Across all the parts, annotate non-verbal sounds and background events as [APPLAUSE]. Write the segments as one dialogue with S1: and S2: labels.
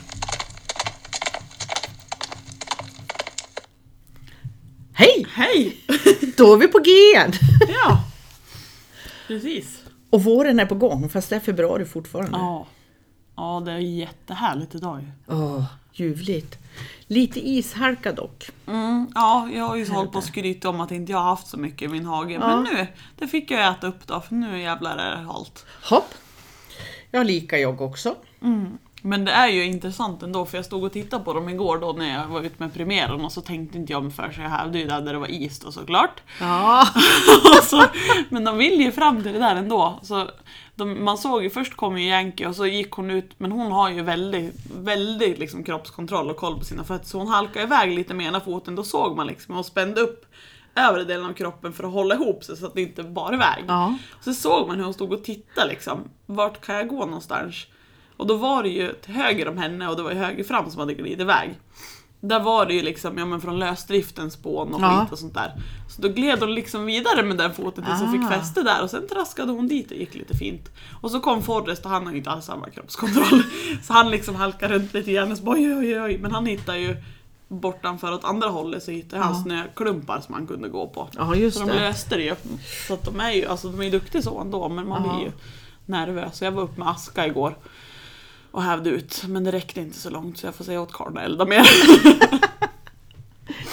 S1: [LAUGHS] Hej!
S2: Då är vi på G!
S1: Ja, precis.
S2: [LAUGHS] Och våren är på gång fast det är februari fortfarande.
S1: Ja. ja, det är jättehärligt idag.
S2: Åh, ljuvligt. Lite ishalka dock.
S1: Mm, ja, jag har ju hållit på och skrytit om att inte jag har haft så mycket i min hage. Men nu, det fick jag äta upp då för nu jävlar är det halt.
S2: Hopp. Ja, lika jag också.
S1: Men det är ju intressant ändå för jag stod och tittade på dem igår då när jag var ute med premiären och så tänkte inte jag mig för så jag hävde ju där där det var is då såklart.
S2: Ja.
S1: [LAUGHS] Och så, men de vill ju fram till det där ändå. Så de, man såg ju först kom ju Yankee och så gick hon ut, men hon har ju väldigt, väldigt liksom kroppskontroll och koll på sina fötter. Så hon halkade iväg lite med ena foten, då såg man liksom och spände upp övre delen av kroppen för att hålla ihop sig så att det inte bar iväg.
S2: Ja.
S1: Så såg man hur hon stod och tittade liksom, vart kan jag gå någonstans? Och då var det ju till höger om henne och det var ju höger fram som hade glidit iväg. Där var det ju liksom, ja men från lösdriften spån och
S2: Ja.
S1: skit och sånt där. Så då gled hon liksom vidare med den foten tills hon
S2: Ah.
S1: fick fäste där och sen traskade hon dit och gick lite fint. Och så kom Forrest och han har ju inte alls samma kroppskontroll. [LAUGHS] så han liksom halkar runt lite grann och så bara oj, oj, oj. Men han hittar ju bortanför åt andra hållet så hittade han
S2: Ja.
S1: snöklumpar som han kunde gå på.
S2: Ja, just
S1: Så de
S2: det.
S1: löste det ju. Så att de är ju alltså, de är ju duktiga så ändå, men man
S2: Ja.
S1: blir ju nervös. Jag var uppe med aska igår och hävde ut, men det räckte inte så långt så jag får säga åt karln att
S2: [LAUGHS]
S1: elda mer.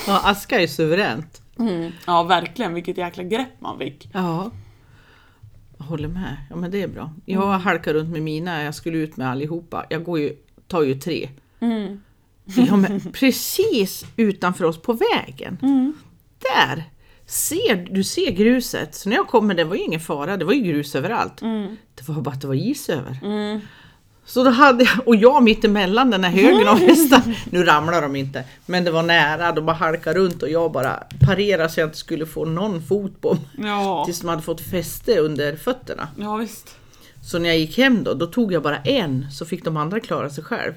S2: Ja, aska är suveränt.
S1: Ja, verkligen. Vilket jäkla grepp man fick.
S2: Ja. Jag håller med. Ja, men det är bra. Jag halkar runt med mina, jag skulle ut med allihopa. Jag går ju, tar ju tre. Ja, men precis utanför oss på vägen. Där! Ser, du ser gruset. Så när jag kommer, det var ju ingen fara, det var ju grus överallt. Det var bara att det var is över. Så då hade jag, och jag mitt emellan den här högen av hästar. Nu ramlar de inte, men det var nära. De bara halkade runt och jag bara parerade så jag inte skulle få någon fot på mig.
S1: Ja,
S2: Tills de hade fått fäste under fötterna.
S1: ja visst.
S2: Så när jag gick hem då, då tog jag bara en så fick de andra klara sig själv.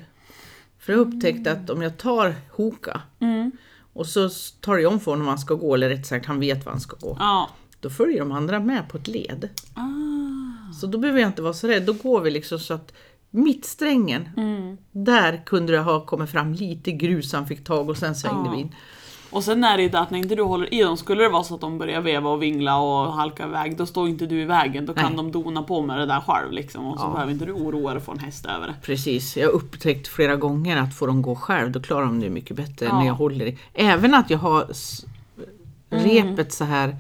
S2: För jag upptäckte att om jag tar Hoka
S1: Mm.
S2: och så tar jag om för honom var han ska gå, eller rätt sagt han vet var han ska gå.
S1: Ja.
S2: Då följer de andra med på ett led.
S1: Ah.
S2: Så då behöver jag inte vara så rädd, då går vi liksom så att mittsträngen,
S1: Mm.
S2: där kunde det ha kommit fram lite grus han fick tag och sen svängde
S1: Ja.
S2: vi in.
S1: Och sen är det ju det att när inte du håller i dem, skulle det vara så att de börjar veva och vingla och halka iväg, då står inte du i vägen. Då kan
S2: Nej.
S1: de dona på med det där själv liksom. Och så behöver inte du oroa dig för en häst över det.
S2: Precis, jag har upptäckt flera gånger att får de gå själv då klarar de det mycket bättre
S1: Ja. Mm.
S2: när jag håller i. Även att jag har s- repet så här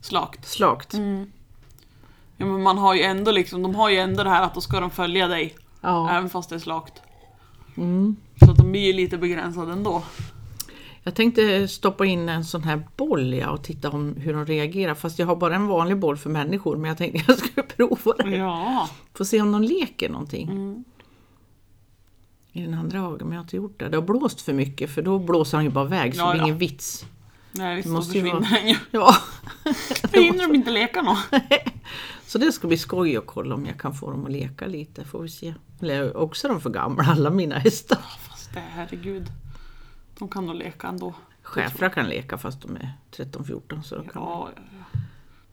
S1: Slakt.
S2: slakt.
S1: Mm. Ja, men man har ju ändå liksom, de har ju ändå det här att då ska de följa dig.
S2: Ja.
S1: Även fast det är slakt.
S2: Mm.
S1: Så att de blir ju lite begränsade ändå.
S2: Jag tänkte stoppa in en sån här boll ja, och titta om hur de reagerar. Fast jag har bara en vanlig boll för människor men jag tänkte [LAUGHS] jag skulle prova det.
S1: Ja.
S2: Får se om de leker någonting.
S1: Mm.
S2: I den andra hagen, men jag har inte gjort det. Det har blåst för mycket för då blåser han ju bara iväg så
S1: Ja,
S2: det är
S1: ja.
S2: ingen vits.
S1: Nej visst,
S2: Det
S1: då
S2: måste ju
S1: försvinner
S2: vara- [LAUGHS]
S1: den ju.
S2: Ja.
S1: Då hinner de inte leka något.
S2: Så det ska bli skoj att kolla om jag kan få dem att leka lite, får vi se. Eller också är de för gamla, alla mina hästar.
S1: Fast det, herregud. De kan nog leka ändå.
S2: Schäfrar kan leka fast de är 13-14 så de kan
S1: Ja, ja, ja.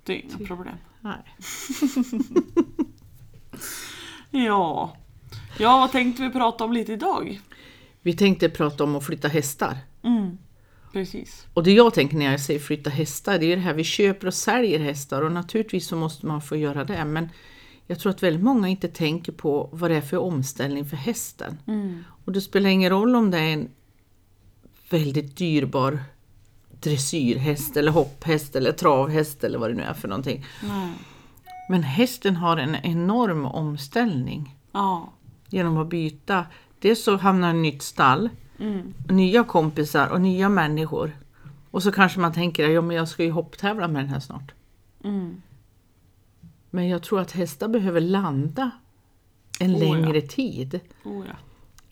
S1: Det är inga problem.
S2: Nej.
S1: Ja. Ja, vad tänkte vi prata om lite idag?
S2: Vi tänkte prata om att flytta hästar.
S1: Mm. Precis.
S2: Och det jag tänker när jag säger flytta hästar, det är ju det här vi köper och säljer hästar och naturligtvis så måste man få göra det. Men jag tror att väldigt många inte tänker på vad det är för omställning för hästen. Och det spelar ingen roll om det är en väldigt dyrbar dressyrhäst eller hopphäst eller travhäst eller vad det nu är för någonting.
S1: Nej.
S2: Men hästen har en enorm omställning
S1: Ja.
S2: genom att byta. Dels så hamnar den i ett nytt stall,
S1: Mm.
S2: nya kompisar och nya människor. Och så kanske man tänker ja, men jag ska ju hopptävla med den här snart.
S1: Mm.
S2: Men jag tror att hästar behöver landa en
S1: Oh, ja.
S2: längre tid.
S1: Oh, ja.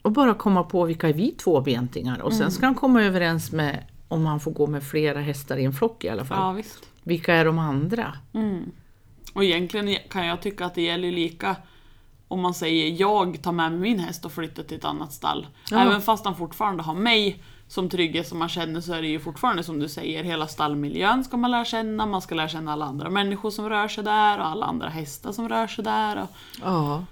S2: Och bara komma på vilka är vi tvåbentingar. Och
S1: Mm.
S2: sen ska han komma överens med, om han får gå med flera hästar i en flock i alla fall,
S1: ja, visst.
S2: vilka är de andra?
S1: Och egentligen kan jag tycka att det gäller lika om man säger jag tar med mig min häst och flyttar till ett annat stall.
S2: Ja.
S1: Även fast han fortfarande har mig som trygghet som man känner så är det ju fortfarande som du säger, hela stallmiljön ska man lära känna, man ska lära känna alla andra människor som rör sig där och alla andra hästar som rör sig där. Och...
S2: Ja,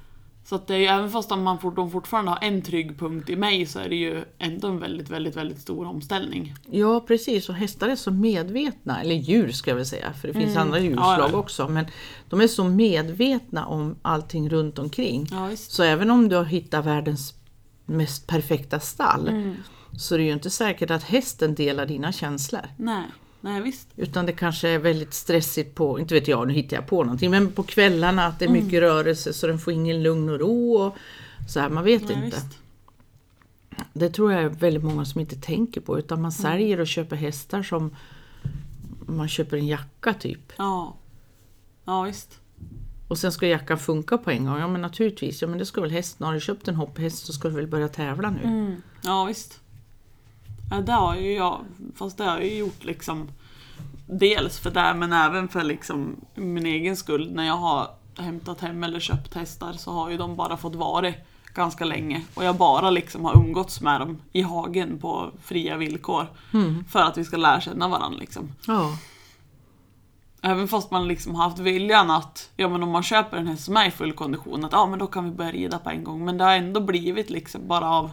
S1: Så att det är ju, även fast om man fort, de fortfarande har en trygg punkt i mig så är det ju ändå en väldigt, väldigt, väldigt stor omställning.
S2: Ja precis, och hästar är så medvetna, eller djur ska jag väl säga, för det finns andra djurslag
S1: Mm. Ja, ja.
S2: också. Men de är så medvetna om allting runt omkring.
S1: Ja, visst.
S2: Så även om du har hittat världens mest perfekta stall
S1: Mm.
S2: så är det ju inte säkert att hästen delar dina känslor.
S1: Nej, nej visst.
S2: Utan det kanske är väldigt stressigt på, inte vet jag, nu hittar jag på någonting, men på kvällarna att det är
S1: Mm.
S2: mycket rörelse så den får ingen lugn och ro. Och så här, man vet
S1: Nej,
S2: inte.
S1: visst.
S2: Det tror jag är väldigt många som inte tänker på utan man säljer och köper hästar som man köper en jacka typ.
S1: Ja. Ja, visst.
S2: Och sen ska jackan funka på en gång. Ja men naturligtvis, ja men det ska väl hästen. Har du köpt en hopphäst så ska du väl börja tävla nu.
S1: Mm. Ja, visst. Ja, det har ju jag, fast det har jag ju gjort liksom dels för det men även för liksom min egen skull. När jag har hämtat hem eller köpt hästar så har ju de bara fått vara ganska länge och jag bara liksom har umgåtts med dem i hagen på fria villkor för att vi ska lära känna varandra liksom.
S2: Ja.
S1: Även fast man liksom har haft viljan att, ja men om man köper en häst som är i full kondition, att ja men då kan vi börja rida på en gång. Men det har ändå blivit liksom bara av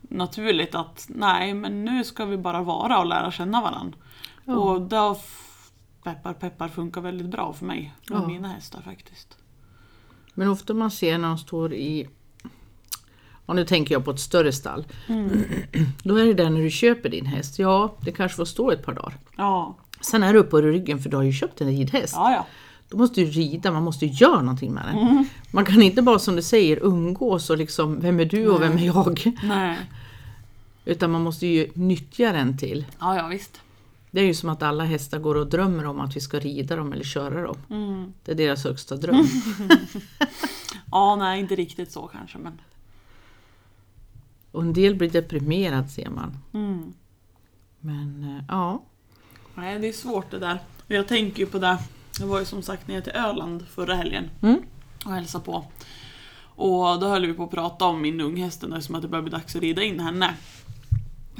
S1: naturligt att nej men nu ska vi bara vara och lära känna varandra.
S2: Ja.
S1: Och det har, f- peppar peppar, funkar väldigt bra för mig med
S2: Ja.
S1: mina hästar faktiskt.
S2: Men ofta man ser när de står i, och nu tänker jag på ett större stall, [CLEARS THROAT] då är det där när du köper din häst. Ja, det kanske får stå ett par dagar.
S1: Ja,
S2: Sen är du uppe ur ryggen för du har ju köpt en ridhäst.
S1: ja ja.
S2: Då måste du rida, man måste ju göra någonting med den. Man kan inte bara som du säger umgås och liksom, vem är du och vem är jag?
S1: Nej.
S2: Utan man måste ju nyttja den till.
S1: Ja ja visst.
S2: Det är ju som att alla hästar går och drömmer om att vi ska rida dem eller köra dem.
S1: Mm.
S2: Det är deras högsta dröm.
S1: Ja nej inte riktigt så kanske men.
S2: Och en del blir deprimerad ser man.
S1: Mm.
S2: Men eh, ja,
S1: Nej, det är svårt det där. Och jag tänker ju på det. Jag var ju som sagt nere till Öland förra helgen
S2: Mm.
S1: och hälsade på. Och då höll vi på att prata om min unghäst där som att det börjar bli dags att rida in henne.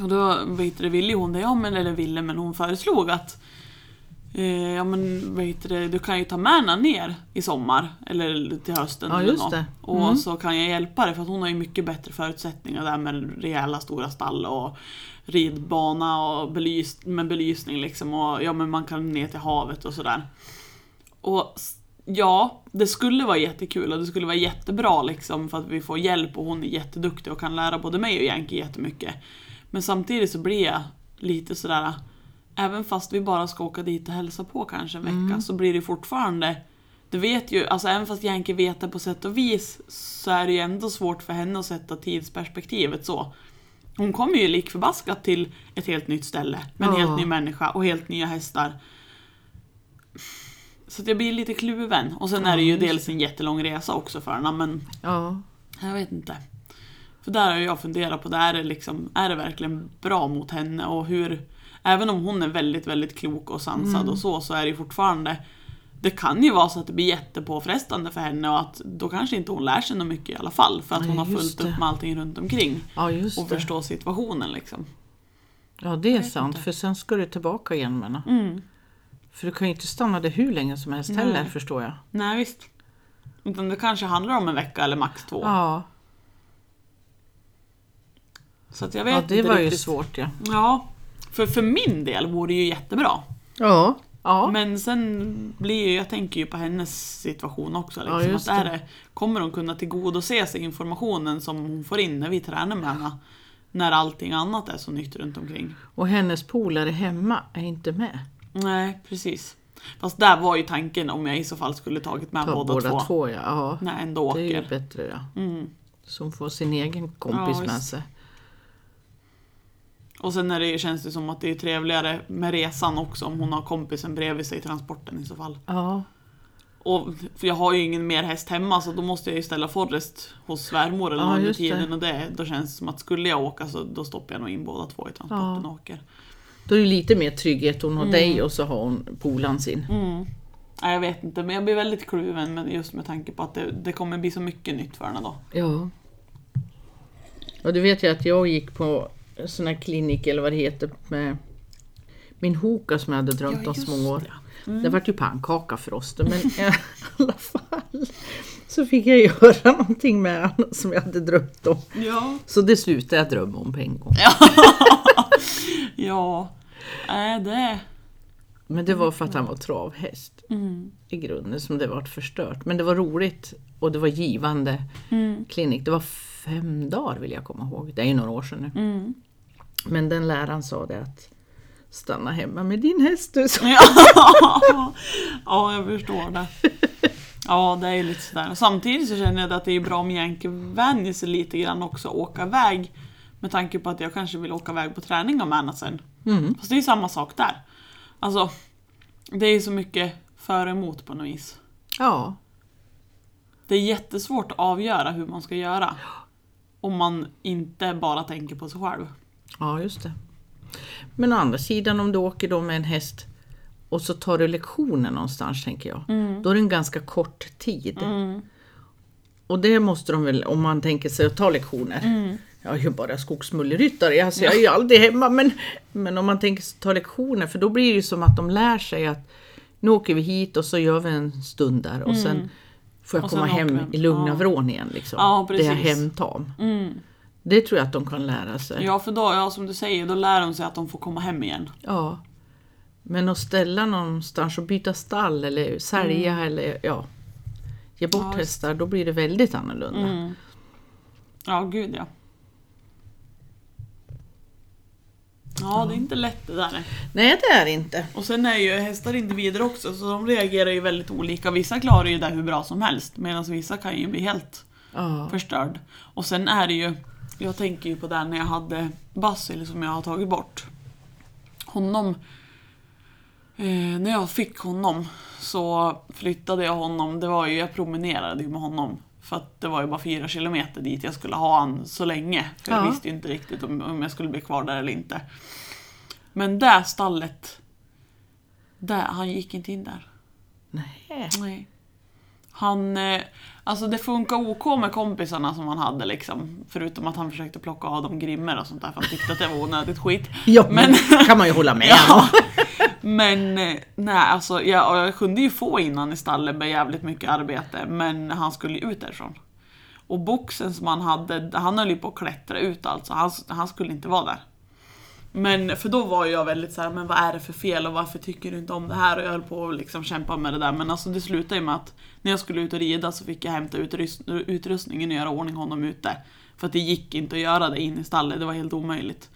S1: Och då vad heter det, ville hon det, ja men eller ville men hon föreslog att eh, Ja men vad heter det, du kan ju ta med henne ner i sommar eller till hösten.
S2: Ja,
S1: eller
S2: just
S1: något.
S2: det. Mm.
S1: Och så kan jag hjälpa dig för att hon har ju mycket bättre förutsättningar där med rejäla stora stall och ridbana och belys- med belysning liksom och ja men man kan ner till havet och sådär. Och s- ja, det skulle vara jättekul och det skulle vara jättebra liksom för att vi får hjälp och hon är jätteduktig och kan lära både mig och Yankee jättemycket. Men samtidigt så blir jag lite sådär, även fast vi bara ska åka dit och hälsa på kanske en vecka så blir det fortfarande du vet ju, alltså även fast Yankee vet det på sätt och vis så är det ju ändå svårt för henne att sätta tidsperspektivet så. Hon kommer ju lik förbaskat till ett helt nytt ställe med en
S2: Ja.
S1: helt ny människa och helt nya hästar. Så att jag blir lite kluven. Och sen är det ju
S2: Ja, just
S1: dels en jättelång resa också för henne, men
S2: ja.
S1: jag vet inte. För där har jag funderat på, det är, det liksom, är det verkligen bra mot henne? Och hur, även om hon är väldigt, väldigt klok och sansad
S2: Mm.
S1: och så, så är det ju fortfarande det kan ju vara så att det blir jättepåfrestande för henne och att då kanske inte hon lär sig något mycket i alla fall för att
S2: Nej,
S1: hon har
S2: just
S1: fullt
S2: det.
S1: upp med allting runt omkring
S2: ja just
S1: och
S2: det.
S1: förstå situationen liksom.
S2: Ja det är
S1: vet
S2: sant,
S1: inte.
S2: för sen ska du tillbaka igen med henne.
S1: Mm.
S2: För du kan ju inte stanna där hur länge som helst
S1: Nej.
S2: heller förstår jag.
S1: Nej visst. Utan det kanske handlar om en vecka eller max två.
S2: Ja,
S1: Så att jag vet
S2: ja det
S1: inte
S2: var ju
S1: riktigt.
S2: svårt ja.
S1: Ja, för, för min del vore det ju jättebra.
S2: Ja. ja.
S1: Men sen blir ju, jag tänker ju på hennes situation också. Liksom,
S2: Ja,
S1: att
S2: just
S1: är
S2: det.
S1: det, kommer hon kunna tillgodose sig informationen som hon får in när vi tränar med henne? När allting annat är så nytt runt omkring.
S2: Och hennes polare hemma är inte med.
S1: Nej, precis. Fast där var ju tanken om jag i så fall skulle tagit med
S2: Ta
S1: båda, två.
S2: ja. ja.
S1: När jag ändå
S2: Det är ju
S1: åker.
S2: bättre ja.
S1: Mm.
S2: Så hon får sin egen kompis
S1: Ja,
S2: med
S1: visst.
S2: sig.
S1: Och sen är det, ju- känns det som att det är trevligare med resan också om hon har kompisen bredvid sig i transporten i så fall.
S2: Ja.
S1: Och, för jag har ju ingen mer häst hemma så då måste jag ju ställa Forrest hos svärmor eller
S2: Ja,
S1: någon under
S2: just det.
S1: tiden och det, då känns det som att skulle jag åka så då stoppar jag nog in båda två i transporten
S2: Ja.
S1: och åker.
S2: Då är det lite mer trygghet, hon har dig och så har hon polaren sin.
S1: Mm. Nej, jag vet inte, men jag blir väldigt kluven men just med tanke på att det, det kommer bli så mycket nytt för henne då.
S2: Ja. Och du vet ju att jag gick på en sån här klinik eller vad det heter med min hoka som jag hade drömt
S1: Ja,
S2: om
S1: just
S2: små år.
S1: det. Mm.
S2: Det vart ju pannkaka för oss då, men i alla fall. Så fick jag göra [LAUGHS] någonting med honom som jag hade drömt om.
S1: Ja.
S2: Så det slutade jag drömma om på en gång.
S1: Ja. Nej, det...
S2: Men det var för att han var travhäst
S1: Mm.
S2: i grunden som det vart förstört. Men det var roligt och det var givande
S1: Mm.
S2: klinik. Det var fem dagar vill jag komma ihåg. Det är ju några år sedan nu.
S1: Mm.
S2: Men den läraren sa det att stanna hemma med din häst du. Så-
S1: Ja. ja, [LAUGHS] jag förstår det. Ja, det är ju lite sådär. Samtidigt så känner jag att det är bra om Jänke vänjer sig lite grann också att åka iväg. Med tanke på att jag kanske vill åka iväg på träning om annat sen.
S2: Mm.
S1: Fast det är ju samma sak där. Alltså, det är ju så mycket för och emot på något vis.
S2: Ja,
S1: Det är jättesvårt att avgöra hur man ska göra. Om man inte bara tänker på sig själv.
S2: Ja, just det. Men å andra sidan om du åker då med en häst och så tar du lektioner någonstans tänker jag.
S1: Mm.
S2: Då är det en ganska kort tid. Och det måste de väl, om man tänker sig att ta lektioner.
S1: Mm.
S2: Jag är ju bara skogsmulleryttare, alltså jag är ju aldrig hemma. Men, men om man tänker sig att ta lektioner, för då blir det ju som att de lär sig att nu åker vi hit och så gör vi en stund där och sen får jag
S1: Mm. Och sen
S2: komma hem
S1: åker vi.
S2: i lugna
S1: Ja.
S2: vrån igen. Liksom,
S1: Ja,
S2: det är
S1: precis. Mm.
S2: hemtam. Det tror jag att de kan lära sig.
S1: Ja, för då, ja, som du säger, då lär de sig att de får komma hem igen.
S2: Ja. Men att ställa någonstans och byta stall eller sälja eller ja, ge bort
S1: Mm. Ja, Mm.
S2: hästar, då blir det väldigt annorlunda.
S1: Ja, gud ja. Ja, det är inte lätt det där.
S2: Nej, det är det inte.
S1: Och sen är ju hästar individer också, så de reagerar ju väldigt olika. Vissa klarar ju det hur bra som helst, medan vissa kan ju bli helt
S2: Ja.
S1: förstörd. Och sen är det ju, jag tänker ju på det här när jag hade Basil som jag har tagit bort. Honom, eh, när jag fick honom så flyttade jag honom, det var ju, jag promenerade ju med honom. För att det var ju bara fyra kilometer dit jag skulle ha han så länge. För jag
S2: Ja.
S1: visste ju inte riktigt om, om jag skulle bli kvar där eller inte. Men det stallet, där, han gick inte in där.
S2: Nej.
S1: Nej. Han, eh, alltså det funkar OK med kompisarna som han hade liksom. Förutom att han försökte plocka av dem grimmer och sånt där för han tyckte att det var onödigt skit.
S2: Ja, men
S1: Men,
S2: kan man ju hålla med om.
S1: [LAUGHS] ja. men eh, nej alltså jag, och jag kunde ju få in han i stallet med jävligt mycket arbete men han skulle ju ut därifrån. Och boxen som han hade, han höll ju på att klättra ut alltså. Han, han skulle inte vara där. Men för då var jag väldigt så här, men vad är det för fel och varför tycker du inte om det här? Och jag höll på att liksom kämpa med det där. Men alltså det slutade ju med att när jag skulle ut och rida så fick jag hämta utrust- utrustningen och göra ordning honom ute. För att det gick inte att göra det in i stallet, det var helt omöjligt.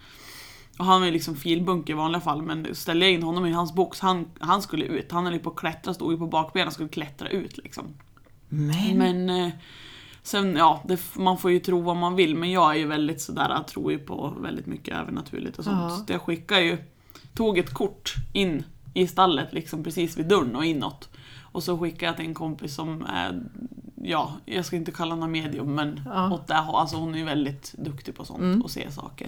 S1: Och han var ju liksom filbunk i vanliga fall men ställde jag in honom i hans box, han, han skulle ut. Han höll ju på att klättra, stod ju på bakbenen och skulle klättra ut liksom.
S2: Men,
S1: Men eh, sen, ja, det, f- man får ju tro vad man vill men jag är ju väldigt sådär, jag tror ju på väldigt mycket övernaturligt och sånt.
S2: Ja.
S1: Så jag skickar ju, tog ett kort in i stallet liksom precis vid dörren och inåt. Och så skickade jag till en kompis som är, ja, jag ska inte kalla henne medium men
S2: Ja.
S1: åt det här, alltså hon är ju väldigt duktig på sånt
S2: Mm.
S1: och ser saker.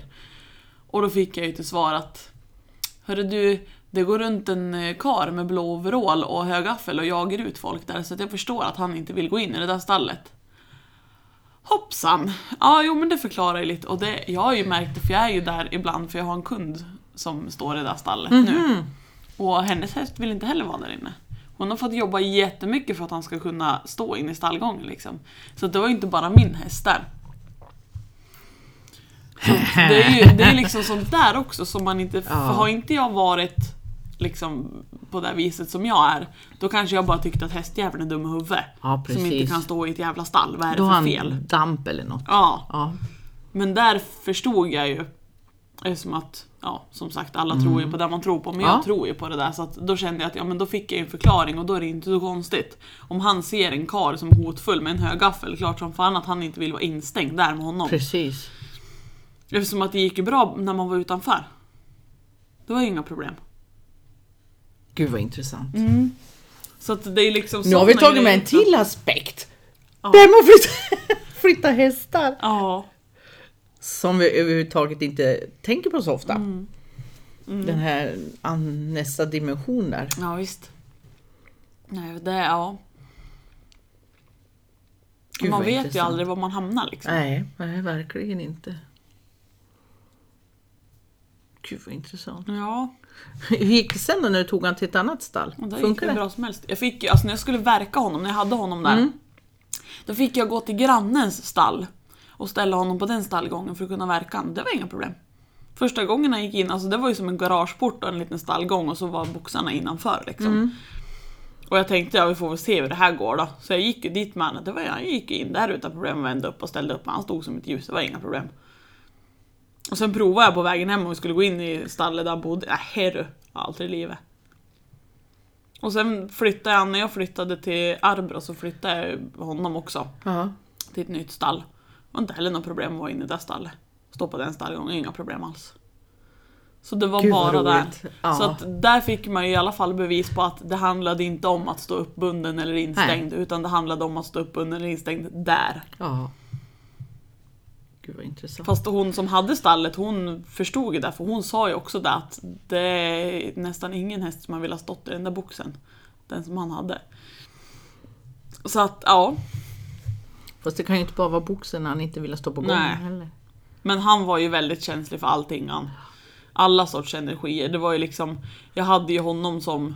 S1: Och då fick jag ju till svar att Hörru du, det går runt en eh, kar med blå overall och högaffel och jagar ut folk där så att jag förstår att han inte vill gå in i det där stallet. Hoppsan! Ja, jo men det förklarar ju lite och det, jag har ju märkt det för jag är ju där ibland för jag har en kund som står i det där stallet nu.
S2: Mhm.
S1: Och hennes häst vill inte heller vara där inne. Hon har fått jobba jättemycket för att han ska kunna stå inne i stallgången liksom. Så det var ju inte bara min häst där. Så det är ju det är liksom sånt där också som man inte... För
S2: [LAUGHS] Ja.
S1: har inte jag varit liksom på det här viset som jag är, då kanske jag bara tyckte att hästjäveln är dum i huvudet.
S2: Ja,
S1: som inte
S2: precis.
S1: kan stå i ett jävla stall. Vad är
S2: då
S1: det
S2: har
S1: för fel?
S2: han damp eller något.
S1: Ja.
S2: Ja.
S1: Men där förstod jag ju Eftersom att, ja som sagt alla tror ju på det man tror på men
S2: Mm. Ja.
S1: jag tror ju på det där så att då kände jag att ja men då fick jag ju en förklaring och då är det inte så konstigt Om han ser en kar som är hotfull med en hög gaffel, klart som fan att han inte vill vara instängd där med honom
S2: Precis.
S1: Eftersom att det gick ju bra när man var utanför Det var ju inga problem
S2: Gud vad intressant.
S1: Mm, Så att det är liksom
S2: Nu har vi
S1: såna
S2: tagit med
S1: grejer
S2: en till aspekt.
S1: Ja.
S2: Det här med att [LAUGHS] flytta, flytta hästar.
S1: Ja,
S2: Som vi överhuvudtaget inte tänker på så ofta.
S1: Mm.
S2: Den här an- nästa dimension där.
S1: ja visst Nej det, ja
S2: Gud,
S1: Man
S2: vad
S1: vet ju
S2: intressant.
S1: aldrig var man hamnar liksom
S2: Nej, nej verkligen inte. Gud vad intressant. [LAUGHS]
S1: Ja
S2: Hur gick det sen då när du tog han till ett annat stall?
S1: Och där gick
S2: Funkar
S1: det
S2: det?
S1: bra som helst. Jag fick ju, alltså när jag skulle verka honom, när jag hade honom där. Då fick jag gå till grannens stall och ställa honom på den stallgången för att kunna verka han. Det var inga problem. Första gången han gick in, alltså det var ju som en garageport och en liten stallgång och så var boxarna innanför liksom. Och jag tänkte ja, vi får väl se hur det här går då. Så jag gick ju dit med honom. Det var, jag gick ju in där utan problem och vände upp och ställde upp. Han stod som ett ljus, det var inga problem. Och sen provade jag på vägen hem om vi skulle gå in i stallet där han bodde. Äh, Nej herru, aldrig i livet. Och sen flyttade jag, när jag flyttade till Arbro så flyttade jag honom också
S2: Ja.
S1: till ett nytt stall. Det var inte heller något problem att vara inne i det stallet. Stå på den stallgången, inga problem alls. Så det var
S2: Gud, vad
S1: bara där.
S2: roligt. Ja.
S1: Så att där fick man ju i alla fall bevis på att det handlade inte om att stå uppbunden eller instängd. Utan det handlade om att stå uppbunden eller instängd där.
S2: ja. Gud vad intressant.
S1: Fast hon som hade stallet hon förstod ju det. För hon sa ju också det att det är nästan ingen häst som har velat stått i den där boxen. Den som han hade. Så att ja.
S2: Fast det kan ju inte bara vara boxen när han inte ville stå på gången
S1: Nej.
S2: heller.
S1: Men han var ju väldigt känslig för allting. Han, alla sorts energier. Det var ju liksom, jag hade ju honom som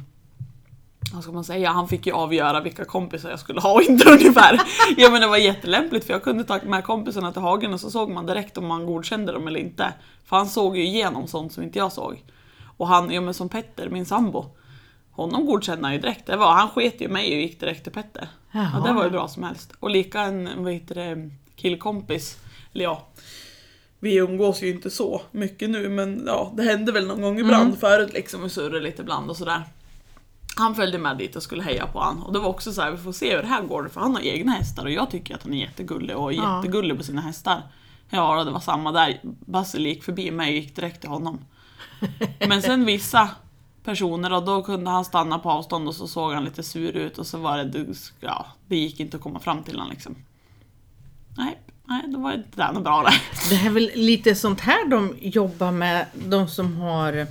S1: vad ska man säga? Han fick ju avgöra vilka kompisar jag skulle ha och inte [LAUGHS] ungefär. Ja men det var jättelämpligt för jag kunde ta med kompisarna till hagen och så såg man direkt om man godkände dem eller inte. För han såg ju igenom sånt som inte jag såg. Och han, ja men som Petter, min sambo. Honom godkände han ju direkt. Det var, han sket ju i mig och gick direkt till Petter. Ja, det var ju bra som helst. Och lika en vad heter det, killkompis, eller ja, vi umgås ju inte så mycket nu men ja, det hände väl någon gång ibland förut liksom och surrade lite ibland och sådär. Han följde med dit och skulle heja på han och det var också så här, vi får se hur det här går för han har egna hästar och jag tycker att han är jättegullig och
S2: Ja.
S1: jättegullig på sina hästar. Ja, det var samma där. Basil gick förbi mig och gick direkt till [LAUGHS] honom. Men sen vissa personer och då kunde han stanna på avstånd och så såg han lite sur ut och så var det, ja, det gick inte att komma fram till honom liksom. Nej, nej, då var inte det något bra det.
S2: Det här är väl lite sånt här de jobbar med, de som har,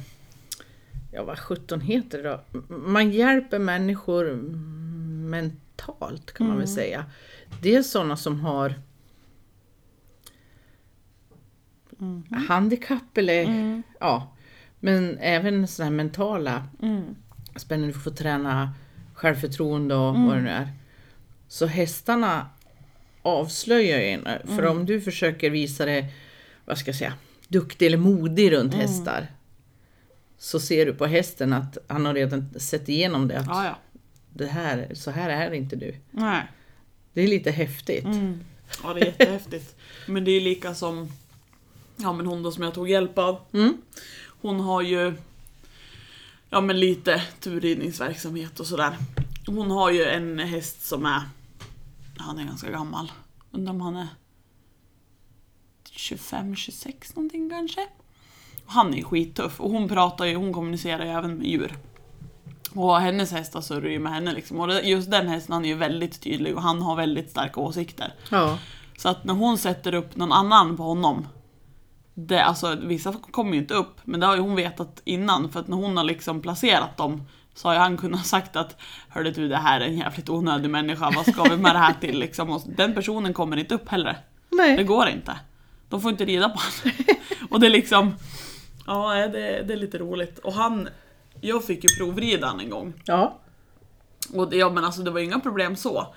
S2: ja vad sjutton heter det då? Man hjälper människor mentalt kan man väl säga. Det är sådana som har Mm. handikapp eller,
S1: Mm.
S2: ja. Men även sådana här mentala
S1: Mm.
S2: spännande, du får träna självförtroende och
S1: Mm.
S2: vad det nu är. Så hästarna avslöjar ju en. För
S1: Mm.
S2: om du försöker visa dig, vad ska jag säga, duktig eller modig runt
S1: Mm.
S2: hästar. Så ser du på hästen att han har redan sett igenom det. Att
S1: Ja, ja.
S2: det här, så här är inte du.
S1: Nej.
S2: Det är lite häftigt.
S1: Mm. Ja, det är jättehäftigt. [LAUGHS] Men det är lika som ja, men hon då som jag tog hjälp av.
S2: Mm.
S1: Hon har ju ja, men lite turridningsverksamhet och sådär. Hon har ju en häst som är, han är ganska gammal. Undrar om han är 25, 26 någonting kanske. Och Han är ju skittuff och hon pratar ju, hon kommunicerar ju även med djur. Och hennes hästar surrar ju med henne liksom. Och det- just den hästen han är ju väldigt tydlig och han har väldigt starka åsikter.
S2: Ja.
S1: Så att när hon sätter upp någon annan på honom det, alltså, Vissa kommer ju inte upp, men det har ju hon vetat innan för att när hon har liksom placerat dem så har ju han kunnat [LAUGHS] sagt att Hörde du det här är en jävligt onödig människa, vad ska vi med det här till liksom? Och den personen kommer inte upp heller. Det
S2: Nej.
S1: går inte. De får inte rida på honom. [LAUGHS] Och det är liksom Ja, nej, det, det är lite roligt. Och han Jag fick ju provrida han en gång.
S2: Ja.
S1: Och det, ja, men alltså det var ju inga problem så.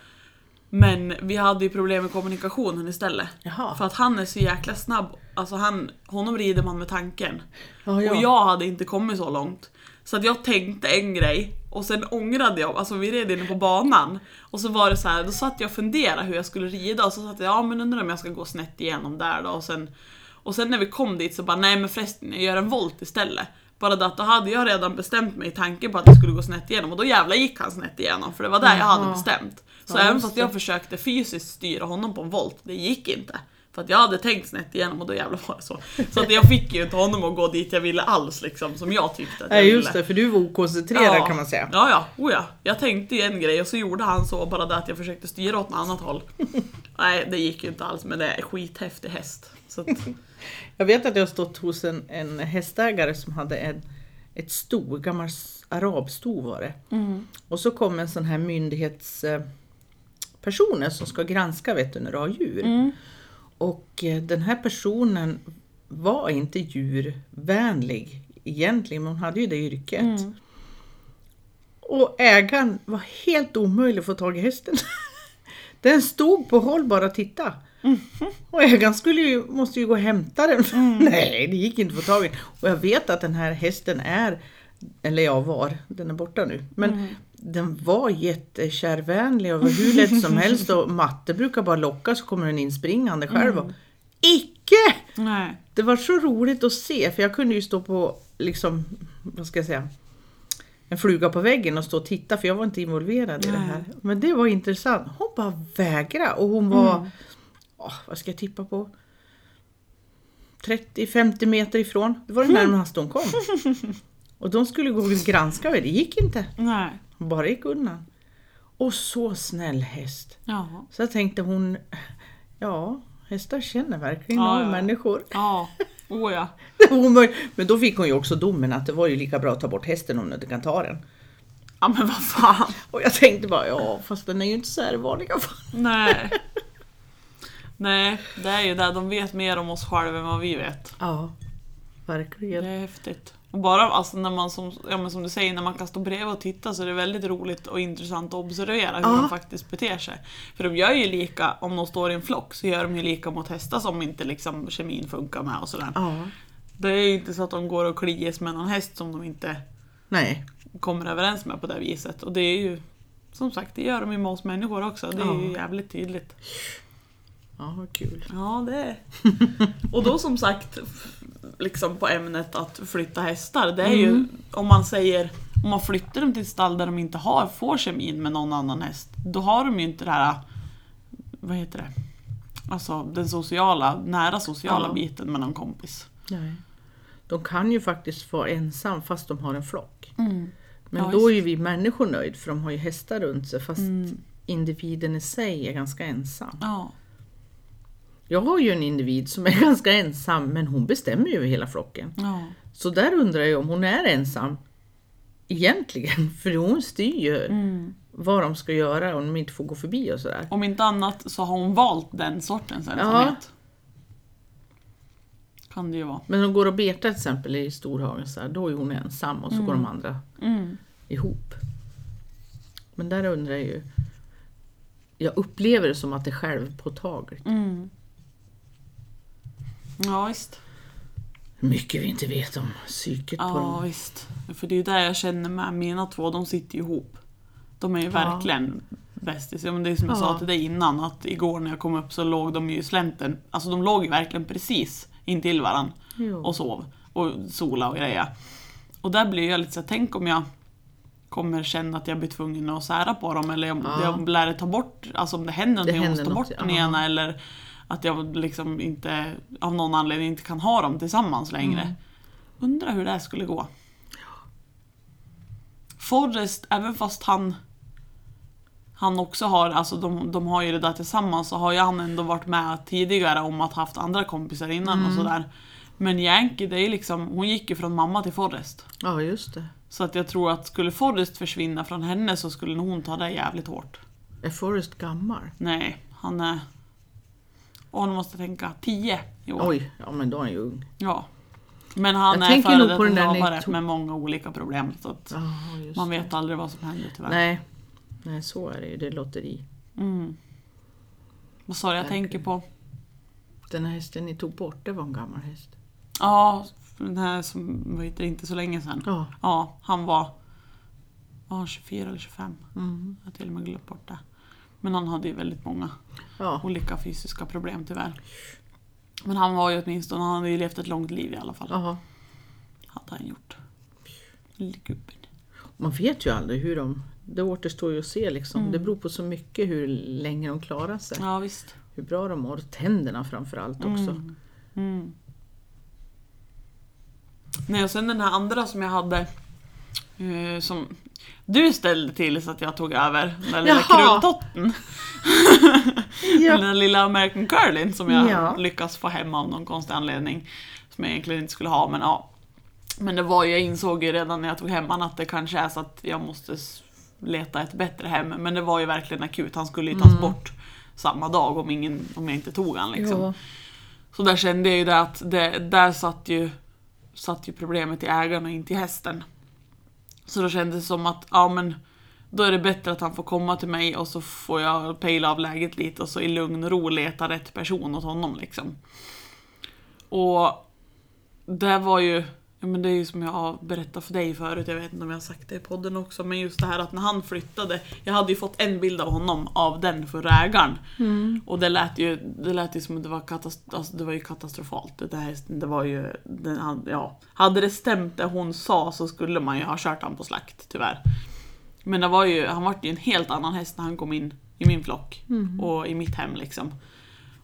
S1: Men vi hade ju problem med kommunikationen istället.
S2: Jaha.
S1: För att han är så jäkla snabb. Alltså han, honom rider man med tanken.
S2: Ja, ja.
S1: Och jag hade inte kommit så långt. Så att jag tänkte en grej och sen ångrade jag, alltså vi red inne på banan. Och så var det så här, då satt jag och funderade hur jag skulle rida och så satt jag, ja men undrar om jag ska gå snett igenom där då. Och sen, och sen när vi kom dit så bara, nej men förresten jag gör en volt istället. Bara det att då hade jag redan bestämt mig i tanken på att jag skulle gå snett igenom och då jävla gick han snett igenom för det var där jag hade
S2: Jaha.
S1: bestämt. Så
S2: Ja,
S1: även
S2: just
S1: fast jag försökte fysiskt styra honom på en volt, det gick inte. För att jag hade tänkt snett igenom och då jävlar var det så. Så att jag fick ju inte honom att gå dit jag ville alls liksom, som jag tyckte att jag
S2: Nej just
S1: ville.
S2: det, för du var okoncentrerad kan man säga.
S1: Ja, ja. Oh, ja. Jag tänkte ju en grej och så gjorde han så, bara det att jag försökte styra åt något annat
S2: [LAUGHS]
S1: håll. Nej, det gick ju inte alls, men det är en skithäftig häst. Så att,
S2: [LAUGHS] Jag vet att jag har stått hos en, en hästägare som hade en, ett sto, gammal s- arabsto var det. Och så kom en sån här myndighetspersoner som ska granska veterinära djur. Och eh, den här personen var inte djurvänlig egentligen, men hon hade ju det yrket. Och ägaren var helt omöjlig att få tag i hästen. [LAUGHS] Den stod på håll bara och tittade. Och ägaren skulle ju, måste ju gå och hämta den. [LAUGHS] Nej, det gick inte att få tag i den. Och jag vet att den här hästen är, eller jag var, den är borta nu. Men den var jättekärvänlig och var hur lätt som helst. Och matte brukar bara locka så kommer den inspringande själv. Och, Icke!
S1: Nej.
S2: Det var så roligt att se, för jag kunde ju stå på, liksom, vad ska jag säga, en fluga på väggen och stå och titta, för jag var inte involverad i det
S1: Nej.
S2: här. Men det var intressant. Hon bara vägrade och hon var,
S1: Mm.
S2: åh, vad ska jag tippa på, 30-50 meter ifrån. Det var det
S1: Mm.
S2: närmast hon
S1: [LAUGHS]
S2: kom. Och de skulle gå och granska mig, det gick inte.
S1: Nej.
S2: Hon bara gick undan. Och så snäll häst.
S1: Ja.
S2: Så jag tänkte hon, ja, hästar känner verkligen
S1: Ja,
S2: av
S1: ja.
S2: människor.
S1: Ja. Åh Oh, ja.
S2: [LAUGHS] Det var omöjligt. Men då fick hon ju också domen att det var ju lika bra att ta bort hästen om du inte kan ta den.
S1: Ja men vad fan.
S2: Och jag tänkte bara, ja fast den är ju inte så här i [LAUGHS] vanliga fall.
S1: Nej. [LAUGHS] Nej, det är ju det. De vet mer om oss själva än vad vi vet.
S2: Ja,
S1: Det
S2: verkligen.
S1: är häftigt. Och bara alltså, när man som, ja, men som du säger, när man kan stå bredvid och titta så är det väldigt roligt och intressant att observera hur
S2: Ja.
S1: de faktiskt beter sig. För de gör ju lika, om de står i en flock så gör de ju lika mot hästar som inte liksom kemin funkar med och sådär.
S2: Ja.
S1: Det är ju inte så att de går och klias med någon häst som de inte
S2: Nej.
S1: kommer överens med på det viset. Och det är ju, som sagt, det gör de ju med oss människor också. Det är ju
S2: Ja.
S1: jävligt tydligt.
S2: Ja, vad kul.
S1: Ja, det är Och då som sagt, f- liksom på ämnet att flytta hästar. Det är ju om man säger, om man flyttar dem till ett stall där de inte har, får kemin med någon annan häst. Då har de ju inte det här, vad heter det? Alltså den sociala, nära sociala
S2: Ja.
S1: biten med någon kompis.
S2: Nej. De kan ju faktiskt vara ensam fast de har en flock. Men
S1: Ja,
S2: då är ju vi människor nöjd för de har ju hästar runt sig fast individen i sig är ganska ensam.
S1: Ja.
S2: Jag har ju en individ som är [LAUGHS] ganska ensam men hon bestämmer ju över hela flocken.
S1: ja.
S2: Så där undrar jag om hon är ensam egentligen, [LAUGHS] för hon styr ju vad de ska göra om de inte får gå förbi och sådär.
S1: Om inte annat så har hon valt den sortens ensamhet. Kan det ju vara.
S2: Men de går och betar till exempel i storhagen, så här, då är hon ensam och så går de andra ihop. Men där undrar jag ju, jag upplever det som att det är självpåtagligt.
S1: Ja, visst.
S2: Mycket vi inte vet om psyket på
S1: Ja,
S2: dem.
S1: visst. För det är ju där jag känner med mina två, de sitter ju ihop. De är ju verkligen bästis. Ja, men det är som jag sa
S2: Ja.
S1: till dig innan, att igår när jag kom upp så låg de ju i slänten. Alltså de låg ju verkligen precis intill varandra
S2: Jo.
S1: och sov och sola och grejer. Och där blir jag lite så här, tänk om jag kommer känna att jag blir tvungen att sära på dem eller om
S2: Ja.
S1: jag lär ta bort, alltså om det händer någonting, jag
S2: händer
S1: måste ta bort
S2: något,
S1: den
S2: ja.
S1: ena eller att jag liksom inte av någon anledning inte kan ha dem tillsammans längre.
S2: Mm.
S1: Undrar hur det här skulle gå. Forrest, även fast han han också har, alltså de, de har ju det där tillsammans, så har ju han ändå varit med tidigare om att haft andra kompisar innan
S2: Mm.
S1: och sådär. Men Yankee, det är ju liksom, hon gick ju från mamma till Forrest.
S2: Ja, just det.
S1: Så att jag tror att skulle Forrest försvinna från henne så skulle nog hon ta det jävligt hårt.
S2: Är Forrest gammal?
S1: Nej, han är... Och nu måste jag tänka, 10 i år.
S2: Oj, ja men då är han ju ung.
S1: Ja. Men han
S2: Jag
S1: är
S2: tänker nog
S1: före
S2: på
S1: detta
S2: den där ni
S1: travare
S2: tog-
S1: med många olika problem. Så att
S2: Ja, just
S1: man
S2: det.
S1: vet aldrig vad som händer tyvärr.
S2: Nej. Nej, så är det ju. Det är lotteri.
S1: Mm. Vad sa du jag tänker på?
S2: Den här hästen ni tog bort, det var en gammal häst.
S1: Ja, den här som var inte- inte så länge sedan.
S2: Ja.
S1: Ja, han var, var han 24 eller 25.
S2: Mm.
S1: Jag har till och med glömt bort det. Men han hade ju väldigt många
S2: ja.
S1: olika fysiska problem tyvärr. Men han var ju åtminstone, han hade ju levt ett långt liv i alla fall.
S2: Jaha.
S1: Hade han gjort. Lillgubben.
S2: Man vet ju aldrig hur de... Det återstår ju att se liksom. Det beror på så mycket hur länge de klarar sig.
S1: Ja visst.
S2: Hur bra de mår. Tänderna framförallt också.
S1: Mm. Nej och sen den här andra som jag hade eh, som du ställde till så att jag tog över. Den lilla
S2: Jaha.
S1: krulltotten. Den
S2: Ja.
S1: där lilla American Curlin som jag
S2: Ja.
S1: lyckas få hem av någon konstig anledning. Som jag egentligen inte skulle ha men ja. Men det var ju, jag insåg ju redan när jag tog hem han att det kanske är så att jag måste s- leta ett bättre hem. Men det var ju verkligen akut, han skulle ju tas
S2: Mm.
S1: bort samma dag om, ingen, om jag inte tog han liksom.
S2: Ja.
S1: Så där kände jag ju det att det, där satt ju, satt ju problemet i ägaren och inte i hästen. Så då kändes det som att, ja men Då är det bättre att han får komma till mig och så får jag pejla av läget lite och så i lugn och ro leta rätt person åt honom liksom. Och det var ju, ja, men det är ju som jag har berättat för dig förut, jag vet inte om jag har sagt det i podden också, men just det här att när han flyttade, jag hade ju fått en bild av honom av den förra ägaren. Och det lät ju, det lät ju som att det var, katast- alltså, det var ju katastrofalt. Det, här, det var ju, den, han- ja. Hade det stämt det hon sa så skulle man ju ha kört han på slakt tyvärr. Men det var ju, han var ju en helt annan häst när han kom in i min flock och i mitt hem liksom.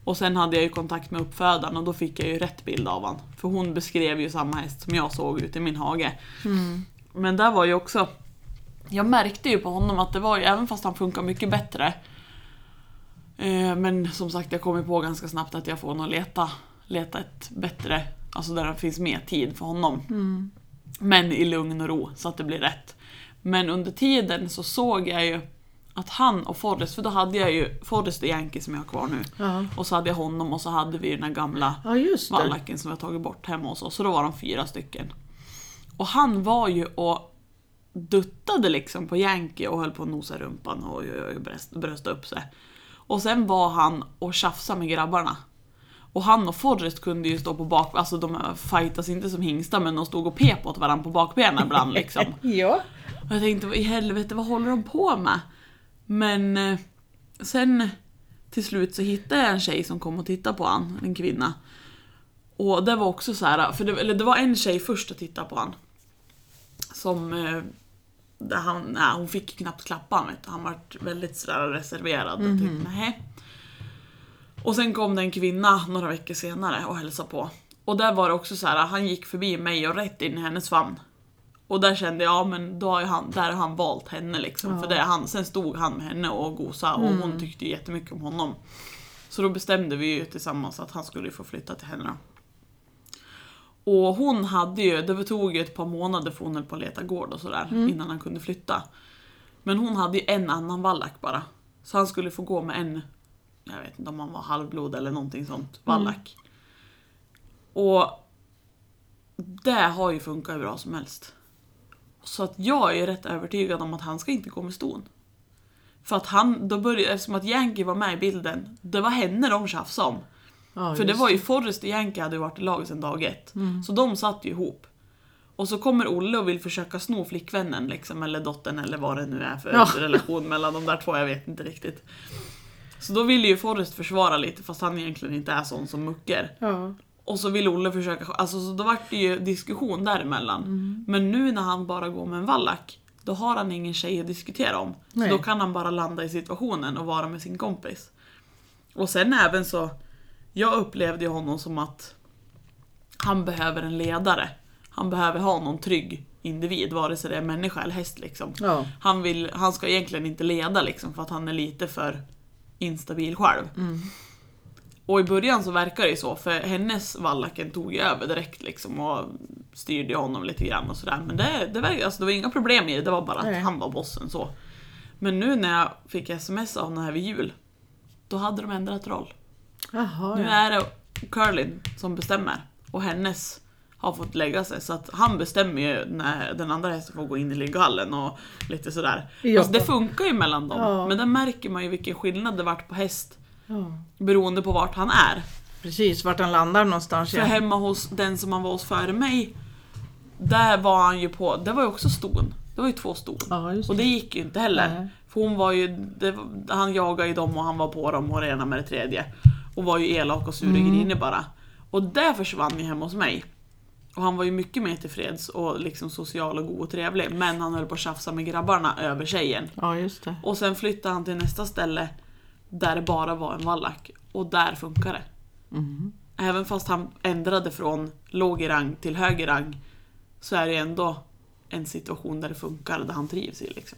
S1: Och sen hade jag ju kontakt med uppfödaren och då fick jag ju rätt bild av han. För hon beskrev ju samma häst som jag såg ute i min hage. Men där var ju också... Jag märkte ju på honom att det var ju, även fast han funkar mycket bättre. Eh, men som sagt, jag kom ju på ganska snabbt att jag får nog leta, leta ett bättre, alltså där det finns mer tid för honom. Men i lugn och ro, så att det blir rätt. Men under tiden så såg jag ju att han och Forrest, för då hade jag ju Forrest och Yankee som jag har kvar nu.
S2: Ja,
S1: Och så hade jag honom och så hade vi den här gamla
S2: ja just det.
S1: vallacken som vi har tagit bort hemma hos oss. Så då var de fyra stycken. Och han var ju och duttade liksom på Yankee och höll på att nosa rumpan och, och, och bröst- brösta upp sig. Och sen var han och tjafsade med grabbarna. Och han och Forrest kunde ju stå på bak... Alltså de fightas inte som hingstar men de stod och pep åt varandra på bakbenen ibland liksom.
S2: Ja.
S1: Och jag tänkte, vad i helvete, vad håller de på med? Men eh, sen till slut så hittade jag en tjej som kom och tittade på han, en kvinna. Och det var också så här, för det, eller det var en tjej först att titta på han. Som... Eh, där han, nej, hon fick knappt klappa honom, utan han var väldigt sådär reserverad. och Typ, nej. Och sen kom det en kvinna några veckor senare och hälsade på. Och där var det också så här, han gick förbi mig och rätt in i hennes famn. Och där kände jag, ja, men då har ju han, där har han valt henne liksom. För det är han, sen stod han med henne och gosade och hon tyckte ju jättemycket om honom. Så då bestämde vi ju tillsammans att han skulle ju få flytta till henne då. Och hon hade ju, det tog ju ett par månader för hon höll på att leta gård och sådär innan han kunde flytta. Men hon hade ju en annan vallack bara. Så han skulle få gå med en, jag vet inte om han var halvblod eller någonting sånt, vallack. Och det har ju funkat hur bra som helst. Så att jag är rätt övertygad om att han ska inte gå med ston. För att han, då började, eftersom att Yankee var med i bilden, det var henne de tjafsade om.
S2: ja
S1: För det
S2: just Mm.
S1: var ju Forrest och Yankee hade ju varit i lag sedan dag ett. Så de satt ju ihop. Och så kommer Olle och vill försöka sno flickvännen liksom, eller dottern eller vad det nu är för
S2: Ja.
S1: [LAUGHS] relation mellan de där två, jag vet inte riktigt. Så då vill ju Forrest försvara lite fast han egentligen inte är sån som mucker.
S2: Ja.
S1: Och så vill Olle försöka, alltså så då vart det ju diskussion däremellan. Men nu när han bara går med en vallack, då har han ingen tjej att diskutera om.
S2: Nej.
S1: Så då kan han bara landa i situationen och vara med sin kompis. Och sen även så, jag upplevde ju honom som att han behöver en ledare. Han behöver ha någon trygg individ, vare sig det är människa eller häst liksom.
S2: Ja.
S1: Han, vill, han ska egentligen inte leda liksom för att han är lite för instabil själv.
S2: Mm.
S1: Och i början så verkar det ju så, för hennes vallacken tog ju över direkt liksom och styrde ju honom lite grann och sådär. Men det, det, var, alltså, det var inga problem i det, det var bara att
S2: Nej.
S1: han var bossen så. Men nu när jag fick sms av den här vid jul, då hade de ändrat roll.
S2: Jaha,
S1: Nu
S2: ja.
S1: är det Curlin som bestämmer och hennes har fått lägga sig så att han bestämmer ju när den andra hästen får gå in i ligghallen och lite sådär.
S2: Ja.
S1: Alltså det funkar ju mellan dem
S2: Ja.
S1: men där märker man ju vilken skillnad det vart på häst
S2: ja.
S1: beroende på vart han är.
S2: Precis, vart han landar någonstans.
S1: För
S2: Ja.
S1: hemma hos den som han var hos före mig, där var han ju på, det var ju också ston. Det var ju två ston.
S2: Ja, just
S1: Och
S2: det.
S1: det gick ju inte heller.
S2: Nej.
S1: För hon var ju, det, var- han jagade ju dem och han var på dem och det ena med det tredje. Och var ju elak och sur och grinig bara. Och det försvann ju hemma hos mig. Och han var ju mycket mer tillfreds och liksom social och god och trevlig. Men han höll på att tjafsa med grabbarna över tjejen.
S2: Ja, just det.
S1: Och sen flyttade han till nästa ställe där det bara var en vallack. Och där funkar det.
S2: Mhm.
S1: Även fast han ändrade från låg i rang till hög i rang så är det ändå en situation där det funkar, där han trivs i liksom.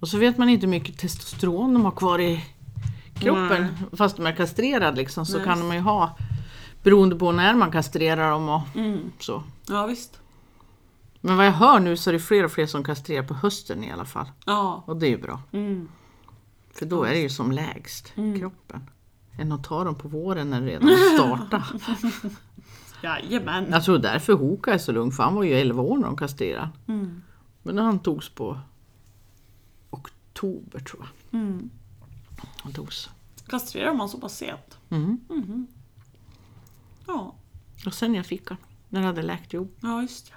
S2: Och så vet man inte hur mycket testosteron de har kvar i kroppen. Fast de är kastrerade liksom, så
S1: Nej,
S2: kan
S1: visst.
S2: de ju ha beroende på när man kastrerar dem och
S1: Mm.
S2: så.
S1: Ja visst.
S2: Men vad jag hör nu så är det fler och fler som kastrerar på hösten i alla fall.
S1: Ja.
S2: Och det är ju bra.
S1: Mm.
S2: För då är det ju som lägst, kroppen. Än att ta dem på våren när det redan har
S1: [LAUGHS]
S2: startat.
S1: Jajamän.
S2: Jag tror därför Hoka är så lugn, för han var ju 11 år när de kastrerade.
S1: Mm.
S2: Men han togs på oktober tror jag.
S1: Mm.
S2: Han togs.
S1: Kastrerar man så pass sent?
S2: Mm.
S1: Mhm. Ja.
S2: Och sen jag fick han. När det hade läkt ihop.
S1: ja, just ja.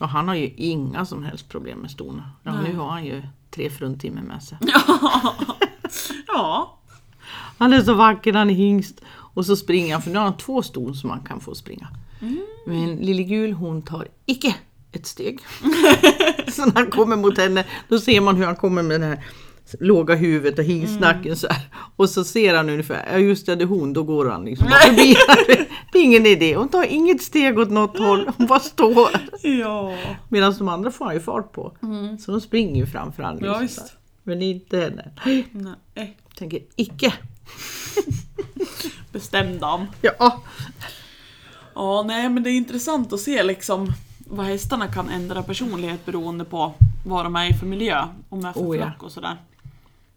S2: Och han har ju inga som helst problem med storna. Ja,
S1: Nej.
S2: nu har han ju tre fruntimmer med sig.
S1: Ja,
S2: Han är så vacker, han är hingst. Och så springer han, för nu har han två ston som han kan få springa. Mm. Men Lille Gul hon tar icke ett [LAUGHS] steg. så när han kommer mot henne, då ser man hur han kommer med det här låga huvudet och hingsnacken så här. Och så ser han ungefär, ja just det, det är hon, då går han [LAUGHS] liksom bara förbi. det är ingen idé, hon tar inget steg åt något håll, hon bara står.
S1: ja.
S2: Medan de andra får han ju fart på. Så de springer ju framför honom.
S1: Mm. Ja,
S2: liksom
S1: visst.
S2: där. Men inte henne. Nej,
S1: Nej. eh,
S2: tänker icke.
S1: Bestäm dam.
S2: Ja.
S1: Ja, nej men det är intressant att se liksom vad hästarna kan ändra personlighet beroende på vad de är i för miljö. Om de är för
S2: Oh, ja.
S1: flock och sådär.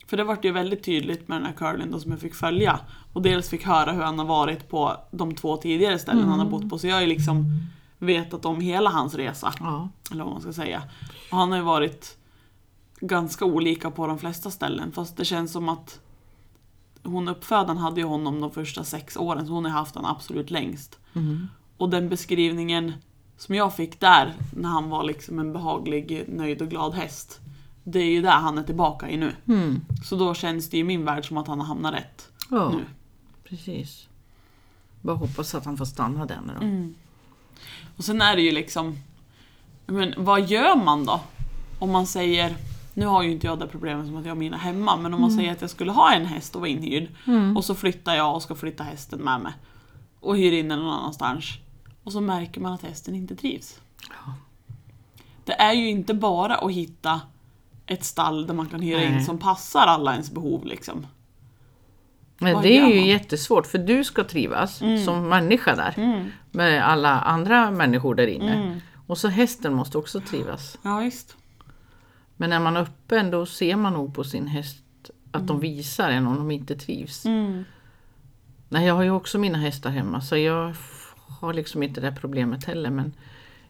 S1: För det vart ju väldigt tydligt med den här curlin då som jag fick följa. Och dels fick höra hur han har varit på de två tidigare ställen han har bott på. Så jag har ju liksom vetat om hela hans resa.
S2: ja.
S1: Eller vad man ska säga. Och han har ju varit ganska olika på de flesta ställen. Fast det känns som att hon uppfödaren hade ju honom de första sex åren. Så hon har haft han absolut längst. Och den beskrivningen som jag fick där när han var liksom en behaglig, nöjd och glad häst. Det är ju där han är tillbaka i nu.
S2: Mm.
S1: Så då känns det ju i min värld som att han har hamnat rätt.
S2: Ja,
S1: Nu.
S2: precis. Bara hoppas att han får stanna där nu då.
S1: Mm. Och sen är det ju liksom, men vad gör man då? Om man säger, nu har ju inte jag det problemet som att jag har mina hemma, men om man säger att jag skulle ha en häst och vara inhyrd och så flyttar jag och ska flytta hästen med mig och hyr in den någon annanstans och så märker man att hästen inte trivs.
S2: Ja.
S1: Det är ju inte bara att hitta ett stall där man kan hyra in
S2: Nej.
S1: som passar alla ens behov liksom.
S2: Men
S1: Vad Mm.
S2: det är
S1: gör
S2: ju
S1: man?
S2: jättesvårt för du ska trivas som människa där.
S1: Mm.
S2: Med alla andra människor där inne. Och så hästen måste också trivas.
S1: Ja, visst.
S2: Men när man är öppen då ser man nog på sin häst att de visar en om de inte trivs.
S1: Mm.
S2: Nej, jag har ju också mina hästar hemma så jag f- har liksom inte det här problemet heller. Men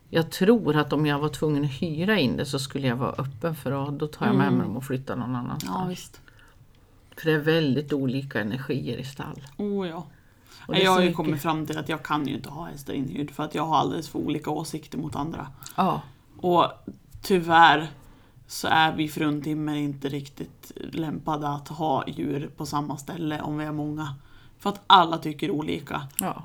S2: jag tror att om jag var tvungen att hyra in det så skulle jag vara öppen för att då tar jag med mig dem och flyttar någon annanstans.
S1: Mm. Ja, visst.
S2: För det är väldigt olika energier i stall.
S1: Oh, ja.
S2: Och det är
S1: jag
S2: så
S1: har ju
S2: mycket-
S1: kommit fram till att jag kan ju inte ha hästar inhyrd för att jag har alldeles för olika åsikter mot andra.
S2: Ja.
S1: Och tyvärr så är vi fruntimmer inte riktigt lämpade att ha djur på samma ställe om vi är många. För att alla tycker olika.
S2: ja.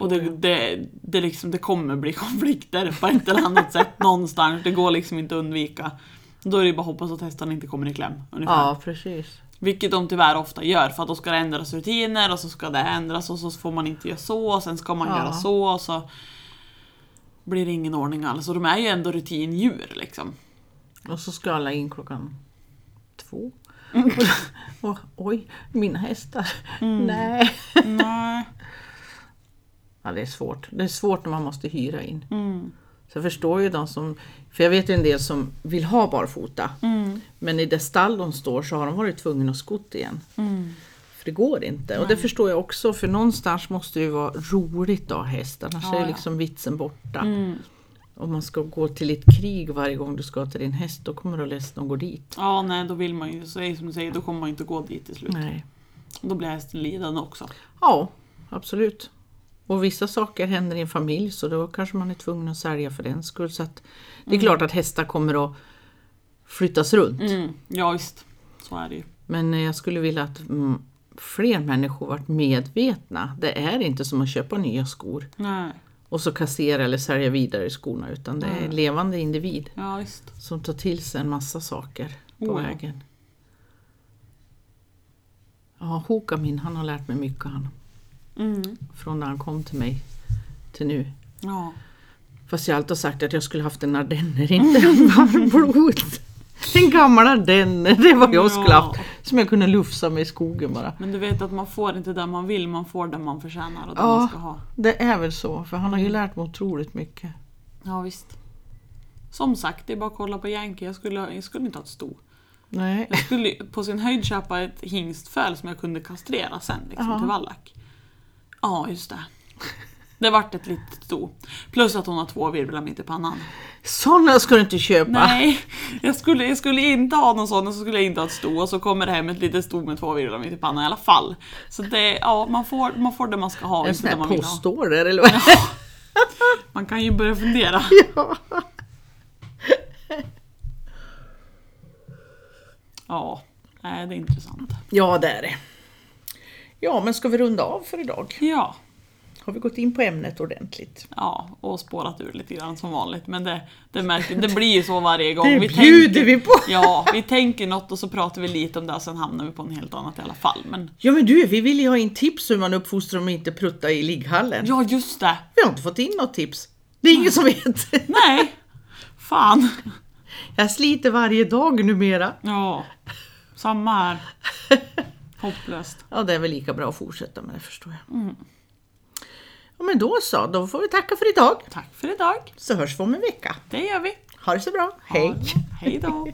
S2: Oh,
S1: Och det, det, det, liksom, det kommer bli [LAUGHS] konflikter på ett eller annat sätt någonstans. Det går liksom inte att undvika. Då är det bara att hoppas att hästarna inte kommer i kläm. Ungefär.
S2: Ja, precis.
S1: Vilket de tyvärr ofta gör för att då ska det ändras rutiner och så ska det ändras och så får man inte göra så och sen ska man
S2: Ja.
S1: göra så och så blir det ingen ordning alls. Och de är ju ändå rutindjur liksom.
S2: Och så ska alla in klockan två.
S1: Mm.
S2: [LAUGHS] Och, och, oj, mina hästar. Nej.
S1: Nej.
S2: Ja, det är svårt. Det är svårt när man måste hyra in.
S1: Mm.
S2: Så jag förstår ju de som, för jag vet ju en del som vill ha barfota.
S1: Mm.
S2: Men i det stall de står så har de varit tvungna att skott igen.
S1: Mm.
S2: För det går inte. Och det förstår jag också för någonstans måste det ju vara roligt att ha häst. Annars
S1: Ja,
S2: är
S1: ja.
S2: ju liksom vitsen borta.
S1: Mm.
S2: Om man ska gå till ett krig varje gång du ska till din häst då kommer du att ledsen att gå dit.
S1: [LAUGHS] Ja, nej, då vill man ju, så är det som du säger, då kommer man ju inte gå dit till slut.
S2: Nej.
S1: Då blir hästen lidande också.
S2: Ja, absolut. Och vissa saker händer i en familj så då kanske man är tvungen att sälja för den skull. Så att det är klart att hästar kommer att flyttas runt.
S1: Mm. Ja, visst. Så är det ju.
S2: Men eh, jag skulle vilja att mm, fler människor varit medvetna. Det är inte som att köpa nya skor
S1: Nej.
S2: och så kassera eller sälja vidare skorna utan det är en levande individ
S1: Ja, visst.
S2: som tar till sig en massa saker på
S1: Oh, ja.
S2: vägen. Ja, Hoka min, han har lärt mig mycket han.
S1: Mm.
S2: Från när han kom till mig till nu.
S1: Ja.
S2: Fast jag har alltid sagt att jag skulle haft en ardenner, inte en
S1: [LAUGHS]
S2: varmblod. En gammal ardenner, det var jag skulle
S1: Ja.
S2: haft. Som jag kunde lufsa med i skogen bara.
S1: Men du vet att man får inte det man vill, man får det man förtjänar och det
S2: Ja.
S1: man ska ha.
S2: Det är väl så, för han har ju lärt mig otroligt mycket.
S1: Ja, visst. Som sagt, det är bara att kolla på Yankee. Jag skulle, jag skulle inte ha ett sto.
S2: Nej.
S1: Jag skulle ju på sin höjd köpa ett hingstföl som jag kunde kastrera sen liksom,
S2: Ja.
S1: till vallack. Ja, just det. Det vart ett litet sto. Plus att hon har två virvlar mitt i pannan.
S2: Sådana ska du inte köpa!
S1: Nej, jag skulle, jag skulle inte ha någon sån och så skulle jag inte ha ett sto och så kommer det hem ett litet sto med två virvlar mitt i pannan i alla fall. Så det, ja, man får, man får det man ska ha.
S2: en
S1: inte
S2: sån
S1: det
S2: här
S1: man, vill ha.
S2: postorder eller vad?
S1: man kan ju börja fundera.
S2: [LAUGHS] Ja.
S1: Ja, nej, det är intressant.
S2: ja, det är det. Ja, men ska vi runda av för idag?
S1: Ja,
S2: Har vi gått in på ämnet ordentligt?
S1: ja, och spårat ur lite grann som vanligt. Men det, det, märker, det blir ju så varje gång.
S2: Det bjuder vi på!
S1: [LAUGHS] Ja, vi tänker något och så pratar vi lite om det och sen hamnar vi på en helt annat i alla fall. Men
S2: Ja men du, vi vill ju ha in tips hur man uppfostrar dem att inte prutta i ligghallen.
S1: ja, just det.
S2: Vi har inte fått in något tips. Det är ingen som vet.
S1: Nej, fan.
S2: Jag sliter varje dag numera.
S1: Ja, samma här. Hopplöst.
S2: Ja, det är väl lika bra att fortsätta med det förstår jag. Ja men då så, då får vi tacka för idag.
S1: Tack för idag.
S2: Så hörs vi om en vecka.
S1: Det gör vi.
S2: Ha det så bra,
S1: Ha det
S2: hej!
S1: bra. Hej då.